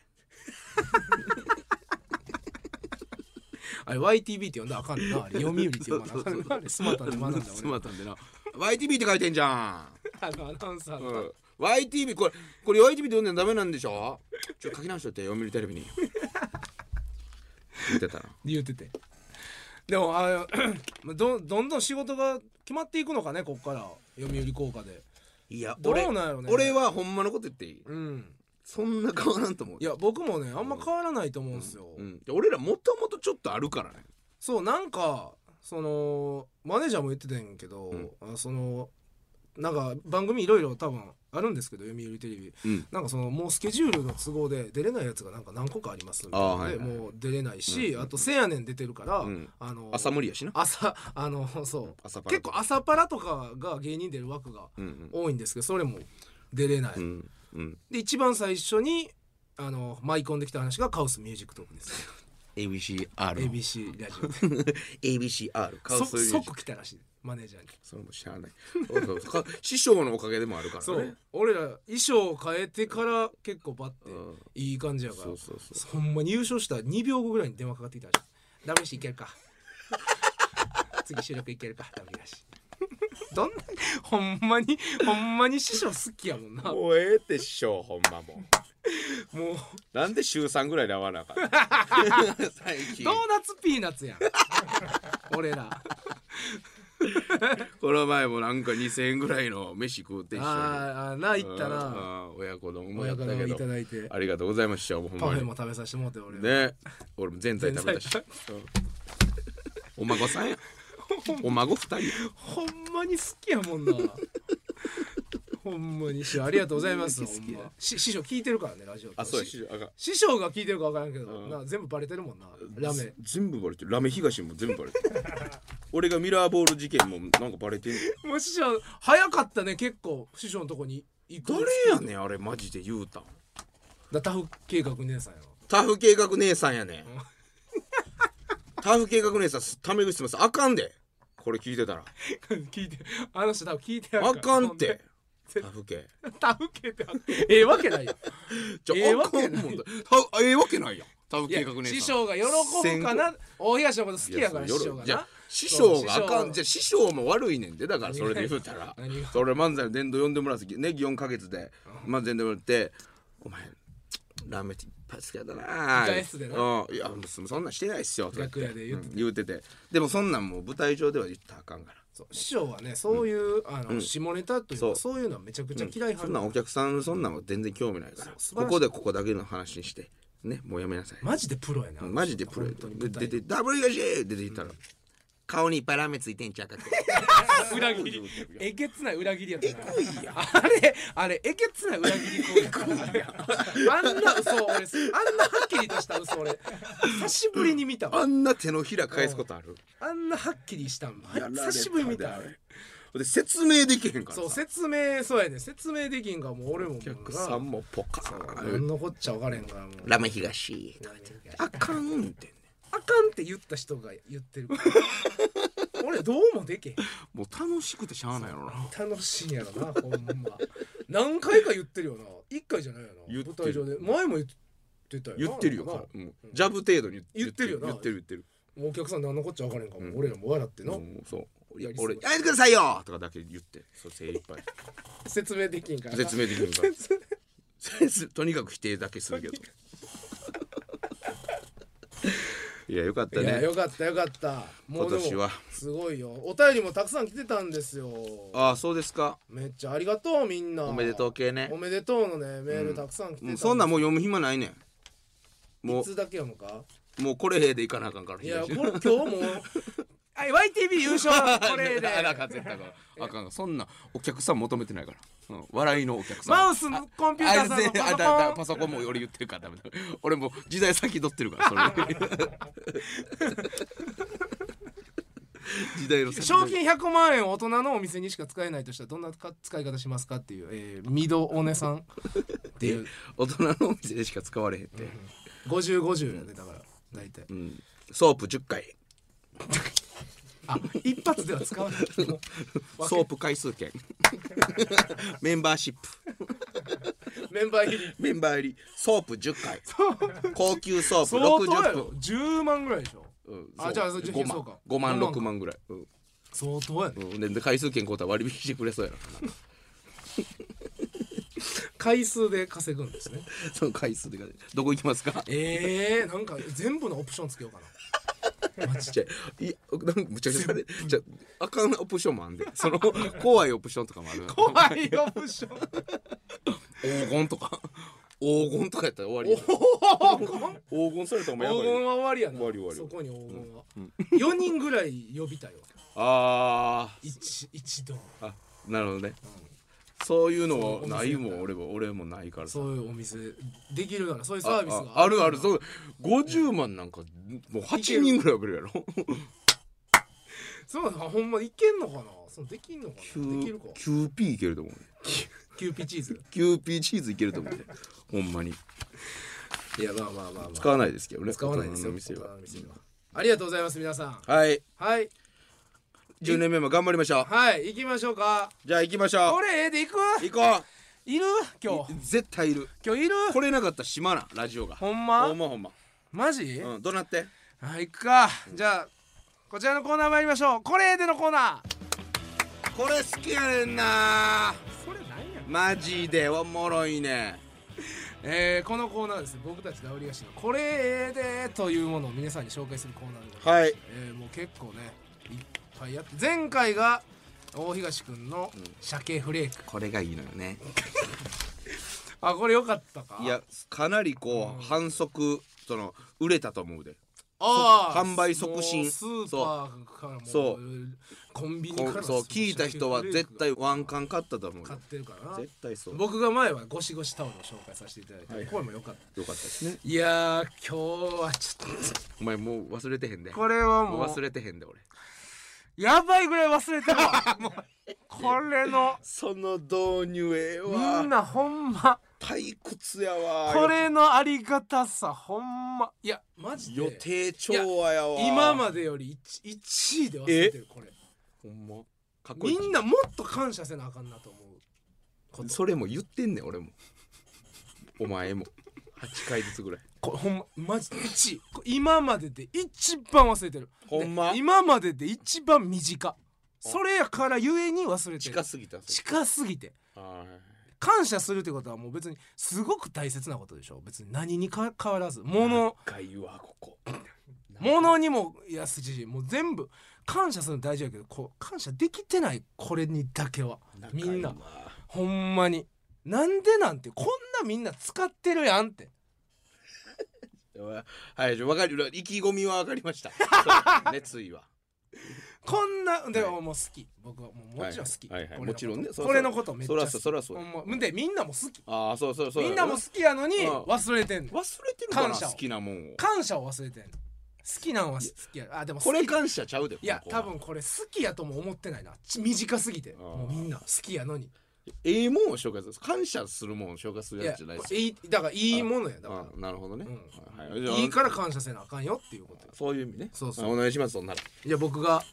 あれ YTB って呼んだらあかんねんなあ (laughs) れ読売って呼ばなあかんねんなあれスマタで学んだ
すまたんでな YTB って書いてんじゃ
俺あのアナウンサー
ん、
の、
YTB これこれ YTB って読んでダメなんでしょちょっと書き直しといて読売テ
(laughs)
レビに言ってたな
言うててでもあ (clears throat) どどんどん仕事が決まっていくのかねこっから読売効果で
いや
どう
俺
なんやろね
俺はほんまのこと言っていい
うん
そんな変わらんと思う
いや僕もねあんま変わらないと思うんですよ、
うん、俺らもともとちょっとあるからね
そうなんかそのマネージャーも言ってたんやけど、
うん
あそのなんか番組いろいろ多分あるんですけど読売テレビ
うん
なんかそのもうスケジュールの都合で出れないやつがなんか何個かありますみたいなので
あーはいはい
もう出れないし、あと「せやねん」出てるから、
うん
あの
朝無理やしな
朝あの (laughs) そう
朝パラ
結構朝パラとかが芸人出る枠が
うん
多いんですけどそれも出れない、
うんうんうん
で一番最初にあの舞い込んできた話が「カオスミュージックトーク」です
ABCR (laughs)
ABC ラジオ
ABCR カ
そ
ウスミュージック
即来たらしいマネージャーに。
それも知らないそうそうそうか師匠のおかげでもあるからね
そう俺ら衣装を変えてから結構バッて
うん
いい感じやから
そうそうそう
ほんまに優勝した2秒後ぐらいに電話かかってきたらしいダメだしいけるか (laughs) 次収録いけるかダメだしどんなほんまにほんまに師匠好きやもんなも
もうええって師匠ほんまもう
う
なんで週3ぐらいで会わなあかんの (laughs) 最近
ドーナツピーナッツ
(laughs)
やん俺ら
この前もなんか2000円ぐらいの飯食うて一緒
あ
に
ーあーな行ったな
うん親子丼も
親
やっ
か
た
らも
け
い
ど
ただいて
ありがとうございます師匠ほん
パ
ま
フェ
に
も食べさせてもうて俺は
ね俺も全財食べたし
全
うんお孫さんやお孫二人や
ほんまに好きやもん
(laughs)
な。ほんまに師匠ありがとうございます。ほんま。し師匠聞いてるからねラジオ。
あそうや
し
師匠あかん
師匠が聞いてるかわからんけど、
うん
な全部バレてるもんな。ラメ
ぜ。全部バレてるラメ東も全部バレてる俺がミラーボール事件もなんかバレてんの
もう師匠早かったね結構師匠のとこに行く。
誰やねんあれマジで言うたん
だタフ計画姉さんやろ。
タフ計画姉さんやねんタフ計画姉さんタメ口してますあかんでこれ聞いてたら
(laughs) 聞いてあの人多分聞いてやる
あ
ら
かんっ。
ほ
て
そ
タ
んで (laughs)
フ系
タフ計ってあええわけないよ。
じゃ
ええ
あ
わ
か
け
ん
ない
もんだタフええわけないやんタウ
いや
計画ね
師匠が喜ぶかな大東のこと好きやから師匠が
じゃあ
な
師匠があか
そ
ん
う
じゃあ師匠も悪いねんでだからそれで言うたら
何が
それ漫才の殿堂呼んでもらってね4か月でまあ殿堂呼んでお前ラーメンっていっぱい好きやだな
控え室でな
うんいやもうそそんなんしてないっすよとか
楽屋で言って
うん言うててでもそんなんもう舞台上では言ったらあかんから
そう師匠はねそういうあの下ネタという
そう
かそういうのはめちゃくちゃ嫌いは
そんなんお
る
客さんそんなんは全然興味ないから
素晴らしい
ここでここだけの話にしてねもうやめなさい
マジでプロやな
マジでプロや
本当に
で
舞
出
台
てダブル東出て行ったら顔にいっぱいラーメンついてんちゃう
(laughs)
かって
裏切りえげつない裏切りやったなあれあれえげつない裏切り行為やったなあんな嘘俺あんなはっきりとした嘘俺久しぶりに見たわ
あんな手のひら返すことある
あんなはっきりしたん
やられたで
久しぶりに見たあれ
で説明できへんからさ
そう説明そうやね説明できんからもう俺ももう
お客さんもポカー
何
ン
のこっちゃ分からへんからもう
ラーメン東あかんってね
あかんって言った人が言って
(laughs)
るから俺どうもできへん
もう楽しくてしゃあないやろな
楽しいんやろなほんま何回か言ってるよな一回じゃないよな
言ってる
舞台上で前も言ってたよな
言ってるよ
なんか
からうんジャブ程度に
言ってるよな
言ってる言ってる
なお客さん何のこっちゃ分からへんから、俺らも笑っての、
うんそう
やりそう
俺やめてくださいよとかだけ言ってそう精一
(laughs)
杯
説明できんからな
説明できへんから
説
説とにかく否定だけするけ
(laughs)
どいやよかった
いや
ね
よかったよかったもうでも
今年は
すごいよお便りもたくさん来てたんですよ
ああそうですか
めっちゃありがとうみんな
おめでとう系ね
おめでとうのねメールたくさん来てた
もうそんなんも
う
う読む暇ないねんも
いつだけやのか
うもうこれへでいかなあかんから
いやこ
東
れ今日もはい YTV 優勝こ (laughs) れで
(laughs) あなんか絶対あかんあかんそんなお客さん求めてないから、うん、笑いのお客さん
マウスコンピューターさんの
あ
パ
あ
ソコ
だだ
ン
パソコンも俺言ってるからダメだ俺もう時代先取ってるか
(laughs)
らそれ時代の先取
賞金100万円を大人のお店にしか使えないとしたらどんなか使い方しますかっていう、えー、ミドおねさんっていう
大人のお店でしか使われへんって、
5050やねだから大体
うん、ソープ10回
あ一発では使わないけど
ソープ回数券メンバーシップ
(laughs) メンバー入り
メンバー入りソープ10回高級ソープ
相当や
60分
ろ10万ぐらいでしょ
うん
あじゃあそう10
5
そう
万
か
5
5万
万
か
6万ぐらい、うん
相当やね
うん、でで回数券買うたら割引してくれそうやな (laughs)
回数で稼ぐんですね
その回数でどこ行きますか
(laughs) えー、なんか全部のオプションつけようかな
ちっちゃい。いや、なんかむちゃくちゃされ、じゃあ、あかんオプションもあんで、その、 (laughs) 怖いオプションとかもある。
怖いオプ (laughs) ション
黄金とか。黄金とかやったら終わりや。黄金されたらもう
黄金
やばいよ。
は終わりやな
終わり終わり
そこに黄金は、4人 (laughs) ぐらい呼びたいわ
あ
一一度
ーあ、なるほどね。そういうの
そ
は
う
ないもん、俺は、俺もないからさ。
そういうお店できるならそういうサービスが
ああるある、そう、五十万なんか、もう八人ぐらい送るやろ。
そうだなほんまいけんのかなそのできんのかなできるか
キューピーいけると思うね。
キューピーチーズ
キューピーチーズいけると思うね。ほんまに。
いやまあまあまあ、まあ、
使わないですけどね。
使わないですよ
大人の店
大人
は
の。店はありがとうございます皆さん
はい。
はい
10年目も頑張りましょう。
はい行きましょうか
じゃあ行きましょう
こ。れええで行く
行こう
いる今日
絶対いる
今日いる
これなかったら島なラジオが
ほん
ほ
ま
んまほんま
マジ、
うんどうなって
あ行くかじゃあこちらのコーナー参りましょうこれでのコーナー
これ好きやねんな
それなんや
マジでおもろいね
えー、このコーナーはですね僕たちガウリガシがこれでというものを皆さんに紹介するコーナーでございます、
はい
えーもう結構ねいっぱいやって前回が大東くんの鮭フレーク、
これがいいのよね
あこれよかったか
いやかなりこう反則その売れたと思うで
あー
そ販売促進
もうスーパーからも
そう
コンビニ
こ
から
うそう聞いた人は絶対ワンカン買ったと思う
買っ
よ
てるからな
絶対そうよか
僕が前はゴシゴシタオルを紹介させていただいて、これもよかった
ったですね
いやー今日はちょっ
お前もう忘れてへんで
とこれはも
もう
う
忘れてへんで俺
やばいぐらい忘れてるわ (laughs) これの
その導入ええ
みんなほんま
退屈やわ
これのありがたさほんまいやマジで
予定調和やわ
今までより 1, 位で忘れてるこれ
ほんまかっこいい
みんなもっと感謝せなあかんなと思うこと
それも言ってんねん俺もお前も8回ずつぐらい
こほんまマジで一こ今までで一番忘れてる
ほんま
で今までで一番短それやからゆえに忘れてる
近すぎたそれ
近すぎて
はい
感謝するってことはもう別にすごく大切なことでしょ別に何にか変わらず物
深いわここ
(laughs) 物にもやすしもう全部感謝するの大事やけどこう感謝できてないこれにだけはみんな
仲いいわ
ほんまになんでなんてこんなみんな使ってるやんって
はいじゃあわかる意気込みは分かりまし
(laughs)
たそう熱意は
こんなで
は
も
い
う好き僕はもうもちろん好き、
はいはいはい
俺のこと
もちろんねそう
これのことめっちゃ好き
そらそうそらそう
ほんまでみんなも好き
ああそうそうそう
みんなも好きやのに
うん
忘れてんの
忘れてるかな
感謝を
好きなもんを
感謝を忘れてんの好きなんは好きやあでも好
こ
き
れ感謝ちゃうで
いや
このコーナ
多
ー
分これ好きやとも思ってないなち短すぎて
あー
もうみんな好きやのに
ええもんを紹介する感謝するもんを紹介する
い
や
や
つじゃないです
いいだからいいものやだ
あ
か
なるほどね、
うん
はい
ら
じゃあ
いいから感謝せなあかんよっていうこと
そういう意味ね
そうそう
あお願いしますそんなら
じゃあ僕が、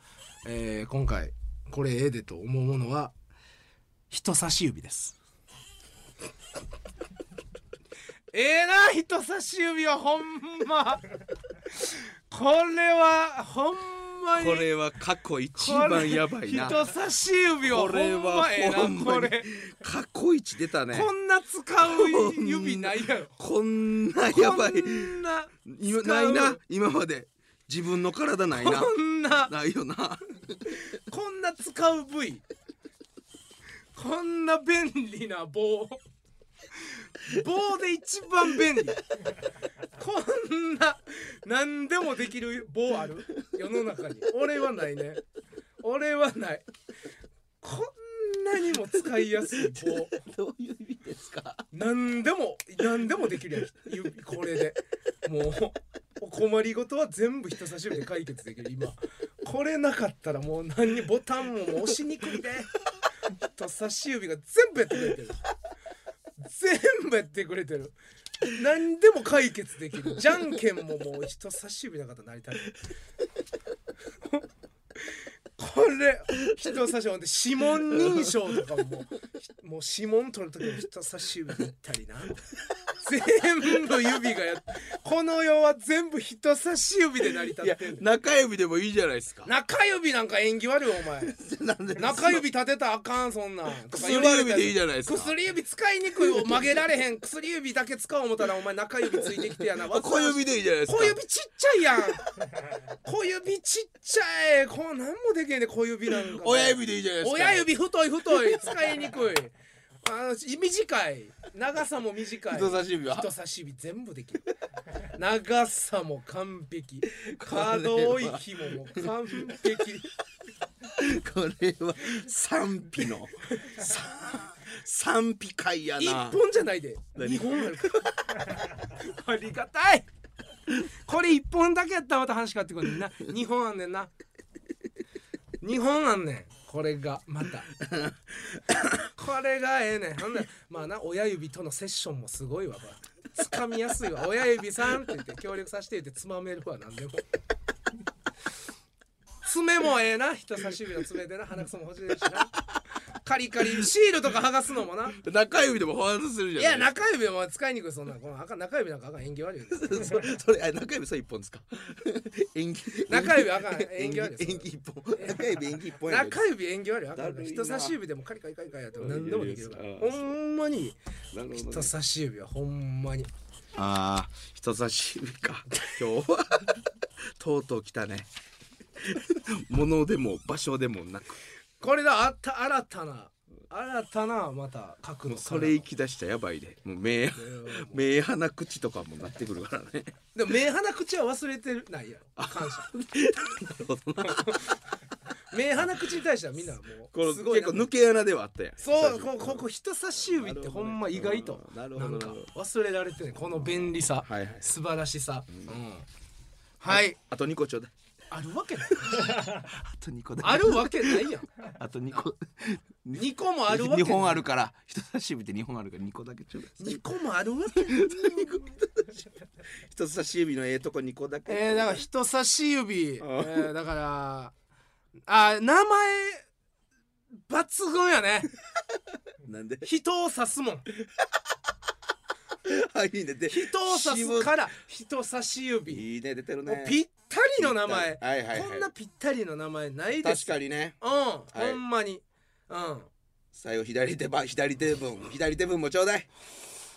えー今回これええでと思うものは人差し指です (laughs) ええな人差し指はほんまこれはほんまに
これは過去一番やばいな
人差し指はほ
これ
ん
は
まええ
ほん
な
ま
こ
に
れ
過去一出たね
こんな使う指ないやろ
こんなやばい
こんな
今
使
な
う
いな今まで自分の体ないな
こんな
ないよ
(laughs)
な
こんな使う部位こんな便利な棒棒で一番便利こんな何でもできる棒ある世の中に俺はないね俺はないこんなにも使いやすい棒
どういう意味ですか
何でも何でもできるやん指これでもうお困りごとは全部人差し指で解決できる今これなかったらもう何にボタンももう押しにくいで人差し指が全部やってくれてる全部やってくれてる何でも解決できるじゃんけんももう人差し指なかったら成り立たないこれ人差し指ほんで指紋認証とかももうもう指紋取る時も人差し指でいったりな全部指がやっこの世は全部人差し指で成り立
い
っ
や
てる
中指でもいいじゃないですか
中指なんか縁起悪いお前
なんで
(laughs) 中指立てたらあかんそんなんとか
薬
言われた
指でいいじゃないですか
薬指使いにくいよ曲げられへん薬指だけ使おう思ったらお前中指ついてきてやな
(laughs) あ小指でいいじゃないですか
小指ちっちゃいやん (laughs) 小指ちっちゃいこう何もできへんね小指なんか
親指でいいじゃないですか
親指太い太い使いにくいあの短い長さも短い
人差し指は
人差し指全部できる長さも完璧可動域ももう完璧
これは賛否のさ賛否会や
一
な
本じゃないで二本あるからありがたいこれ一本だけやったらまた話変わってくるのにな二本あんねんな二本あんねんこれがまたこれがええねんほんならまあな親指とのセッションもすごいわこれ掴みやすいわ親指さんって言って協力させて言ってつまめるわなんでも爪もええな人差し指の爪でな鼻くそも欲しいしなカリカリシールとか剥がすのもな
中指でも反発するじ
い
ゃ
や
ない
中指は使いにくいそんなこの赤中指なんか赤縁起
(laughs)
悪いよ
ですかそそれあ中指それ一本ですか演技
中指赤縁
演
起
技
悪い
演
よ
技一本中指演技一本やないです
中指縁起悪いよ
だ
赤
るいな
人差し指でもカリカリカリカリやっても何でもできるから
いやいやいや
ほんまに
かなるほどね
人差し指はほんまに
ああ人差し指か今日はとうとう来たね物でも場所でもなく
これだあった新たな新たなまた角の
それ行き出したらやばいでもう目 (laughs) 目鼻口とかもなってくるからね
でも目鼻口は忘れてるないやろ感謝
(laughs)
目鼻口に対してはみんなも
この
うすごい
結
な
構抜け穴ではあったやん
そうこここ人差し指ってほんま意外と
なるほ
な
ど
ん
ね
か忘れられてねこの便利さ、
はいはい
素晴らしさ、うんはい
あと2個ちょうだい
あるわけない
あと2個だ
あるわけないやん
あと2個
2個もあるわけ
2
ない
本あるから人差し指って2本あるから2個だけちょうだい
2個もあるわけない
人差し指のええとこ2個だけ、
えー、だから人差し指、えー、だからあー名前抜群やね
なんで
人を指すもん
あいいねで
人を指すから人差し指
いいね出てる
もう
ね
ぴったりの名前、
はいはいはい
こんなぴったりの名前ないで
確
す
かにね
うん、
い
ほんまにうん
最後左手ば左手分左手分もちょうだい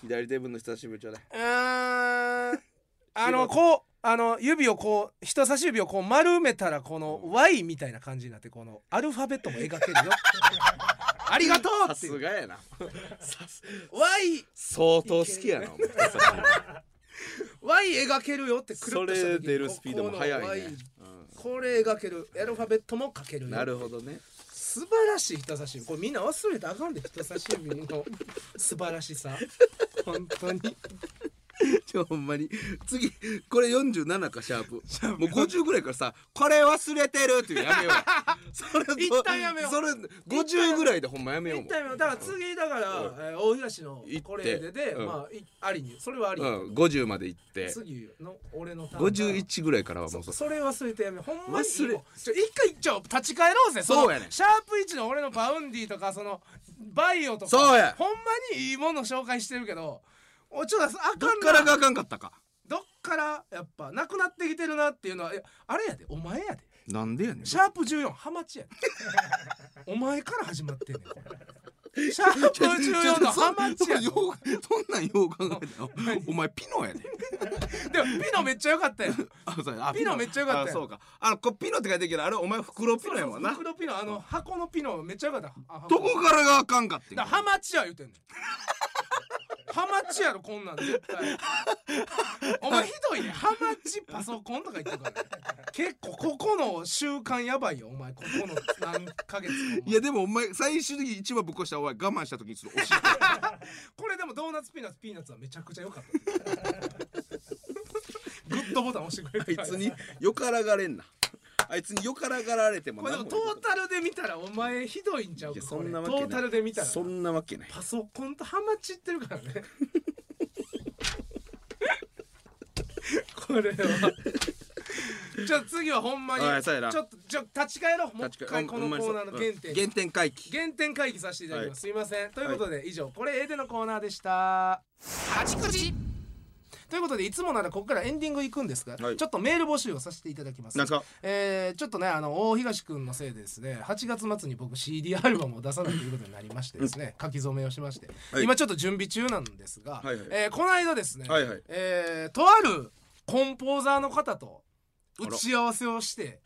左手分の人差し指ちょうだい
あのこうあの指をこう人差し指をこう丸めたらこの Y みたいな感じになってこのアルファベットも描
(laughs)
けるよありがとう
さ
ってい
す
う
がやな
Y,
相当好きやなお前人差し
y 描けるよってく
指そ
るっとした時
れ
に
出るスピードも速
ここの
い
Y
ね、
これ描けるアルファベットも描ける
うん
よ
なるほどね
素晴らしい人差し指これみんな忘れたらあかんで人差し指の素晴らしさ本当に
(laughs) ちょほんまに次これ47かシャープもう50ぐらいからさ「これ忘れてる」っていうやめ
(laughs)
ようそれ
一旦やめよう
それ50ぐらいでほんまやめようも
一体目だから次だから、えー大東の
行って
これでで、
うん
まあいありにそれはあり
う
に、
ん50まで行って
次の俺のターンが
51ぐらいからはもうそ
そうそれ忘れてやめほんまに
忘れ
もうちょ一回ちょ立ち返ろうぜの
そうやねん
シャープ1の俺のバウンディとかそのバイオとか
そうや
ほんまにいいもの紹介してるけどおちょっとあかんな
どっからがあかんかったか
どっからやっぱなくなってきてるなっていうのはいやあれやでお前やで
なんでやねん
シャープ14ハマチやでお前から始まってんねんこれシャープ14のハマチやで
ようそんなんよう考えたよお前ピノやで
でもピノめっちゃ良かったよ。
あそうやあ
ピノめっちゃ良かった
あ
よ
そうかあのこうピノって書いてるけどあれお前袋ピノやもんな
袋ピノあの箱のピノめっちゃ良かった。あ箱
どこからがあかんかってん
だからハマチや言うてんねん。ハマチやろこんなん絶
(laughs)
対。お前ひどいね。ハマチパソコンとか言ってるから、ね。結構ここの習慣やばいよお前ここの何ヶ月もお
い
前
やでもお前最終的に一番ぶっこしたお前我慢した時にちょっとおしい
これでもドーナツピーナツピーナツはめちゃくちゃ良かった。グッドボタン押してくれ
あ
て
い
る
つによからがれんなあいつによからがられても
これでもトータルで見たらお前ひどいんちゃう
い
か
や
こ
そ
れ
ん
ト
なわけない
ータルで見たら
そんなわけない
パソコンとハマチってるから
(laughs)
ねこれはじゃあ次はほんまに
はいそうやな
ちょっとじゃあ立ち返ろうもう一
確か
回
に
このコーナーの原
うん
点
原点回帰
原点会議させていただきます、すいませんということで、以上これ A でのコーナーでした
カチカチ
ということでいつもならここからエンディングいくんですが、
はい
ちょっとメール募集をさせていただきます
なんすか
えーちょっとねあの大東くんのせいでですね8月末に僕 CD アルバムを出さないということになりましてですね、書き初めをしまして、
はい
今ちょっと準備中なんですが、
はいはい
えーこの間ですね、
はいはい
えーとあるコンポーザーの方と打ち合わせをして、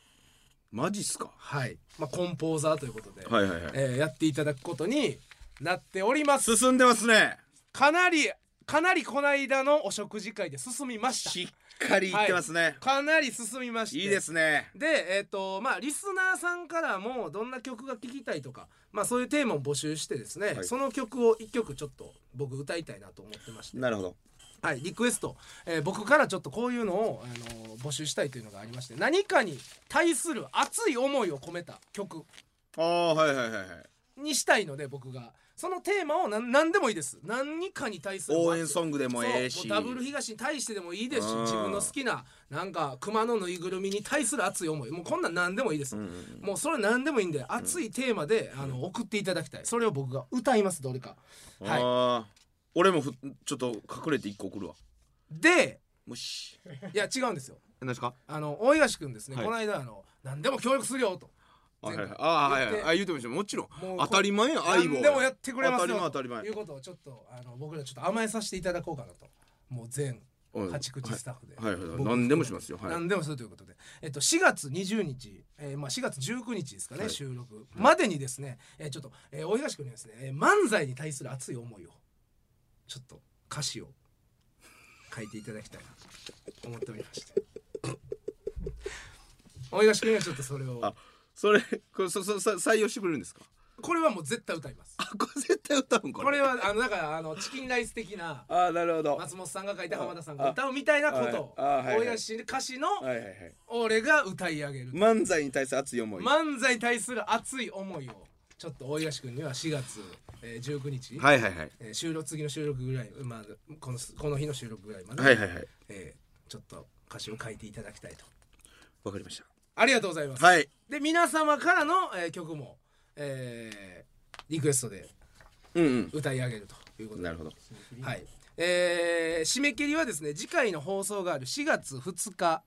マジっすか
はいまあ、コンポーザーということで、
はいはいはい
えーやっていただくことになっております
進んでますね
かなりかなりこの間のお食事会で進みました
しっかりいってますね、
かなり進みまして
い、いですね
でえっ、とまあリスナーさんからもどんな曲が聴きたいとかまあそういうテーマを募集してですね、
はい
その曲を1曲ちょっと僕歌いたいなと思ってまして
なるほど
はいリクエスト、えー僕からちょっとこういうのを、あのー募集したいというのがありまして何かに対する熱い思いを込めた曲
ああはいはいはいはい
にしたいので僕がそのテーマを何何でもいいです何かに対する
応援ソングでも
そう
ええし
もうダブル東に対してでもいいですし
うん
自分の好きななんか熊のぬいぐるみに対する熱い思いもうこんなん何でもいいです、もうそれ何でもいいんで熱いテーマで、あの送っていただきたいそれを僕が歌いますどれかはい
ああ俺もふちょっと隠れて一個送るわ
で
もし
いや違うんですよ
何ですか
あの大東君ですね、
はい
この間あの何でも協力するよと
あはいはい
前回
あはい
言って
はいあ言ってましたもちろん
もう
当たり前や相棒
何でもやってくれますよ
当たり前当た
とい
り
うことをちょっとあの僕らちょっと甘えさせていただこうかなともう全
前
八口スタッフで、
はいはいはい
僕
何でもしますよはい
何でもするということで、えっと、4月20日、えーまあ、4月19日ですかね、収録までにですね、えーちょっと、えー、大東君にはですね、えー漫才に対する熱い思いをちょっと歌詞を書いていただきたいなと思っておりまして (laughs) 大東君にはちょっとそれを
あそれこれそそそ採用してくれるんですか
これはもう絶対歌います
あこれ絶対歌うんこれ
これはあのだからあのチキンライス的な
あーなるほど
松本さんが書いて浜田さんが歌うみたいなことを
あはいあはいはい
大東に歌詞の
はいはいはい
俺が歌い上げる
漫才に対する熱い思い
漫才に対する熱い思いをちょっと大東君には4月、えー、19日、
はいはいはい
えー収録次の収録ぐらい、まあ、このこの日の収録ぐらいまで、
はいはいはい
えーちょっと歌詞を書いていただきたいと
わかりまし
ありがとうございます、
たはい
で皆様からの、えー曲も、えーリクエストで
うんうん
歌い上げるということで
なるほど
はいえー締め切りはですね次回の放送がある4月2日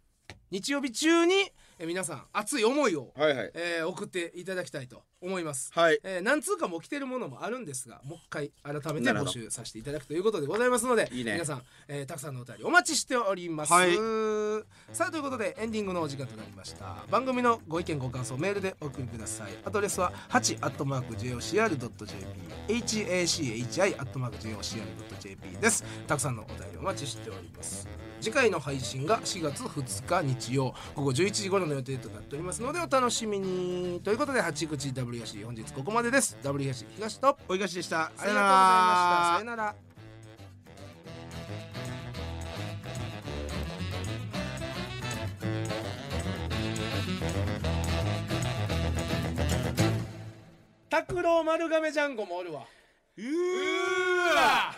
日曜日中に、えー皆さん熱い思いを、
はいはい
えー送っていただきたいと思います、
はい
えー何通かも来てるものもあるんですがもう一回改めて募集させていただくということでございますので
いいね
皆さん、えーたくさんのお便りお待ちしております、
はい
さあということでエンディングのお時間となりました番組のご意見ご感想メールでお送りくださいアドレスは 8-jocr.jp hachi-jocr.jp ですたくさんのお便りお待ちしております次回の配信が4月2日日曜午後11時頃の予定となっておりますのでお楽しみにということで八口 W 東本日ここまでです W 東東と
おいがしでした
ありがとうございましたさよなら拓郎丸亀ジャンゴもおるわうーわ